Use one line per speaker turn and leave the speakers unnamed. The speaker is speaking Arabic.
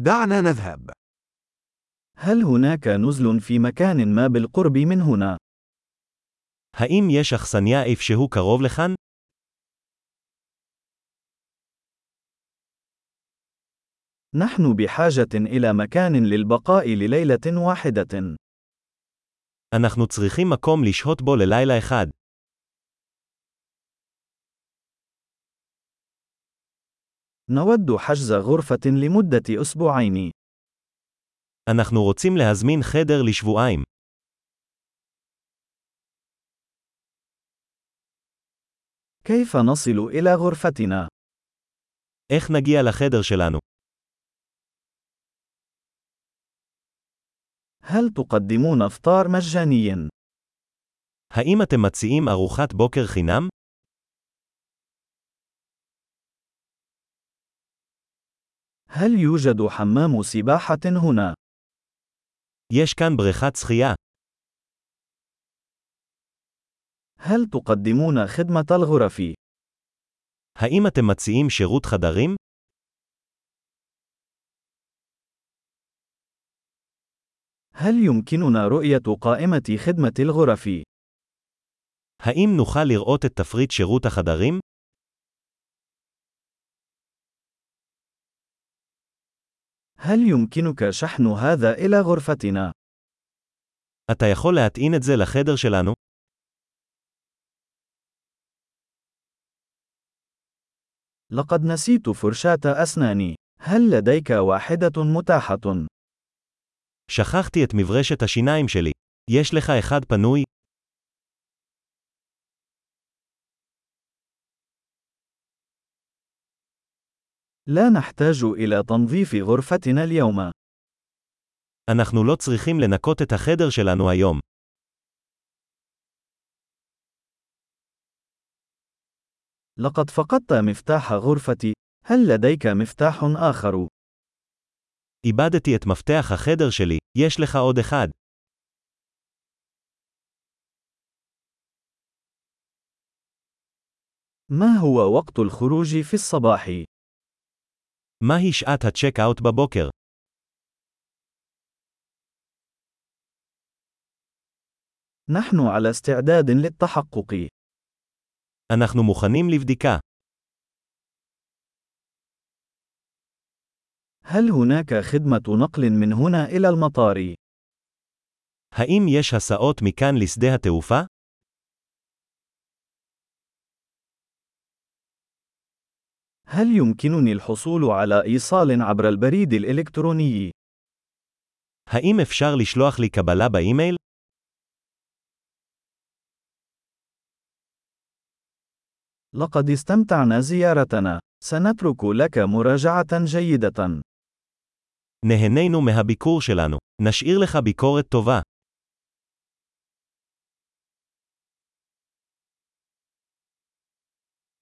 دعنا نذهب.
هل هناك نزل في مكان ما بالقرب من هنا؟
האם יש אכסניה איפשהו קרוב לכאן?
نحن بحاجة إلى مكان للبقاء لليلة واحدة.
אנחנו צריכים מקום לשהות בו ללילה אחד.
نود حجز غرفة لمدة أسبوعين.
אנחנו רוצים להזמין חדר לשבועיים.
كيف نصل إلى غرفتنا؟
איך נגיע לחדר שלנו?
هل تقدمون إفطار مجاني؟
האם אתם מציעים ארוחת בוקר חינם?
هل يوجد حمام سباحة هنا؟
יש כאן בריכת שחייה.
هل تقدمون خدمة الغرف؟
האם אתם מציעים שירות חדרים?
هل يمكننا رؤية قائمة خدمة الغرف؟
האם נוכל לראות את תפריט שירות החדרים?
هل يمكنك شحن هذا إلى غرفتنا؟
אתה יכול להטעין את זה לחדר שלנו?
لقد نسيت فرشاة أسناني. هل لديك واحدة متاحة؟
שכחתי את מברשת השיניים שלי. יש לך אחד פנוי?
لا نحتاج إلى تنظيف غرفتنا اليوم.
אנחנו לא צריכים לנקות את החדר שלנו היום.
لقد فقدت مفتاح غرفتي. هل لديك مفتاح آخر؟
איבדתי את מפתח החדר שלי, יש לך עוד אחד.
ما هو وقت الخروج في الصباح؟
מהי שעת הצ'ק-אאוט בבוקר?
نحن على استعداد للتحقق.
אנחנו מוכנים לבדיקה.
هل هناك خدمة نقل من هنا إلى المطار؟
האם יש הסעות מכאן לשדה התעופה?
هل يمكنني الحصول على إيصال عبر البريد الإلكتروني؟
האם אפשר לשלוח לי קבלה באימייל?
لقد استمتعنا زيارتنا. سنترك لك مراجعة جيدة.
נהנינו מהביקור שלנו. נשאיר לך ביקורת טובה.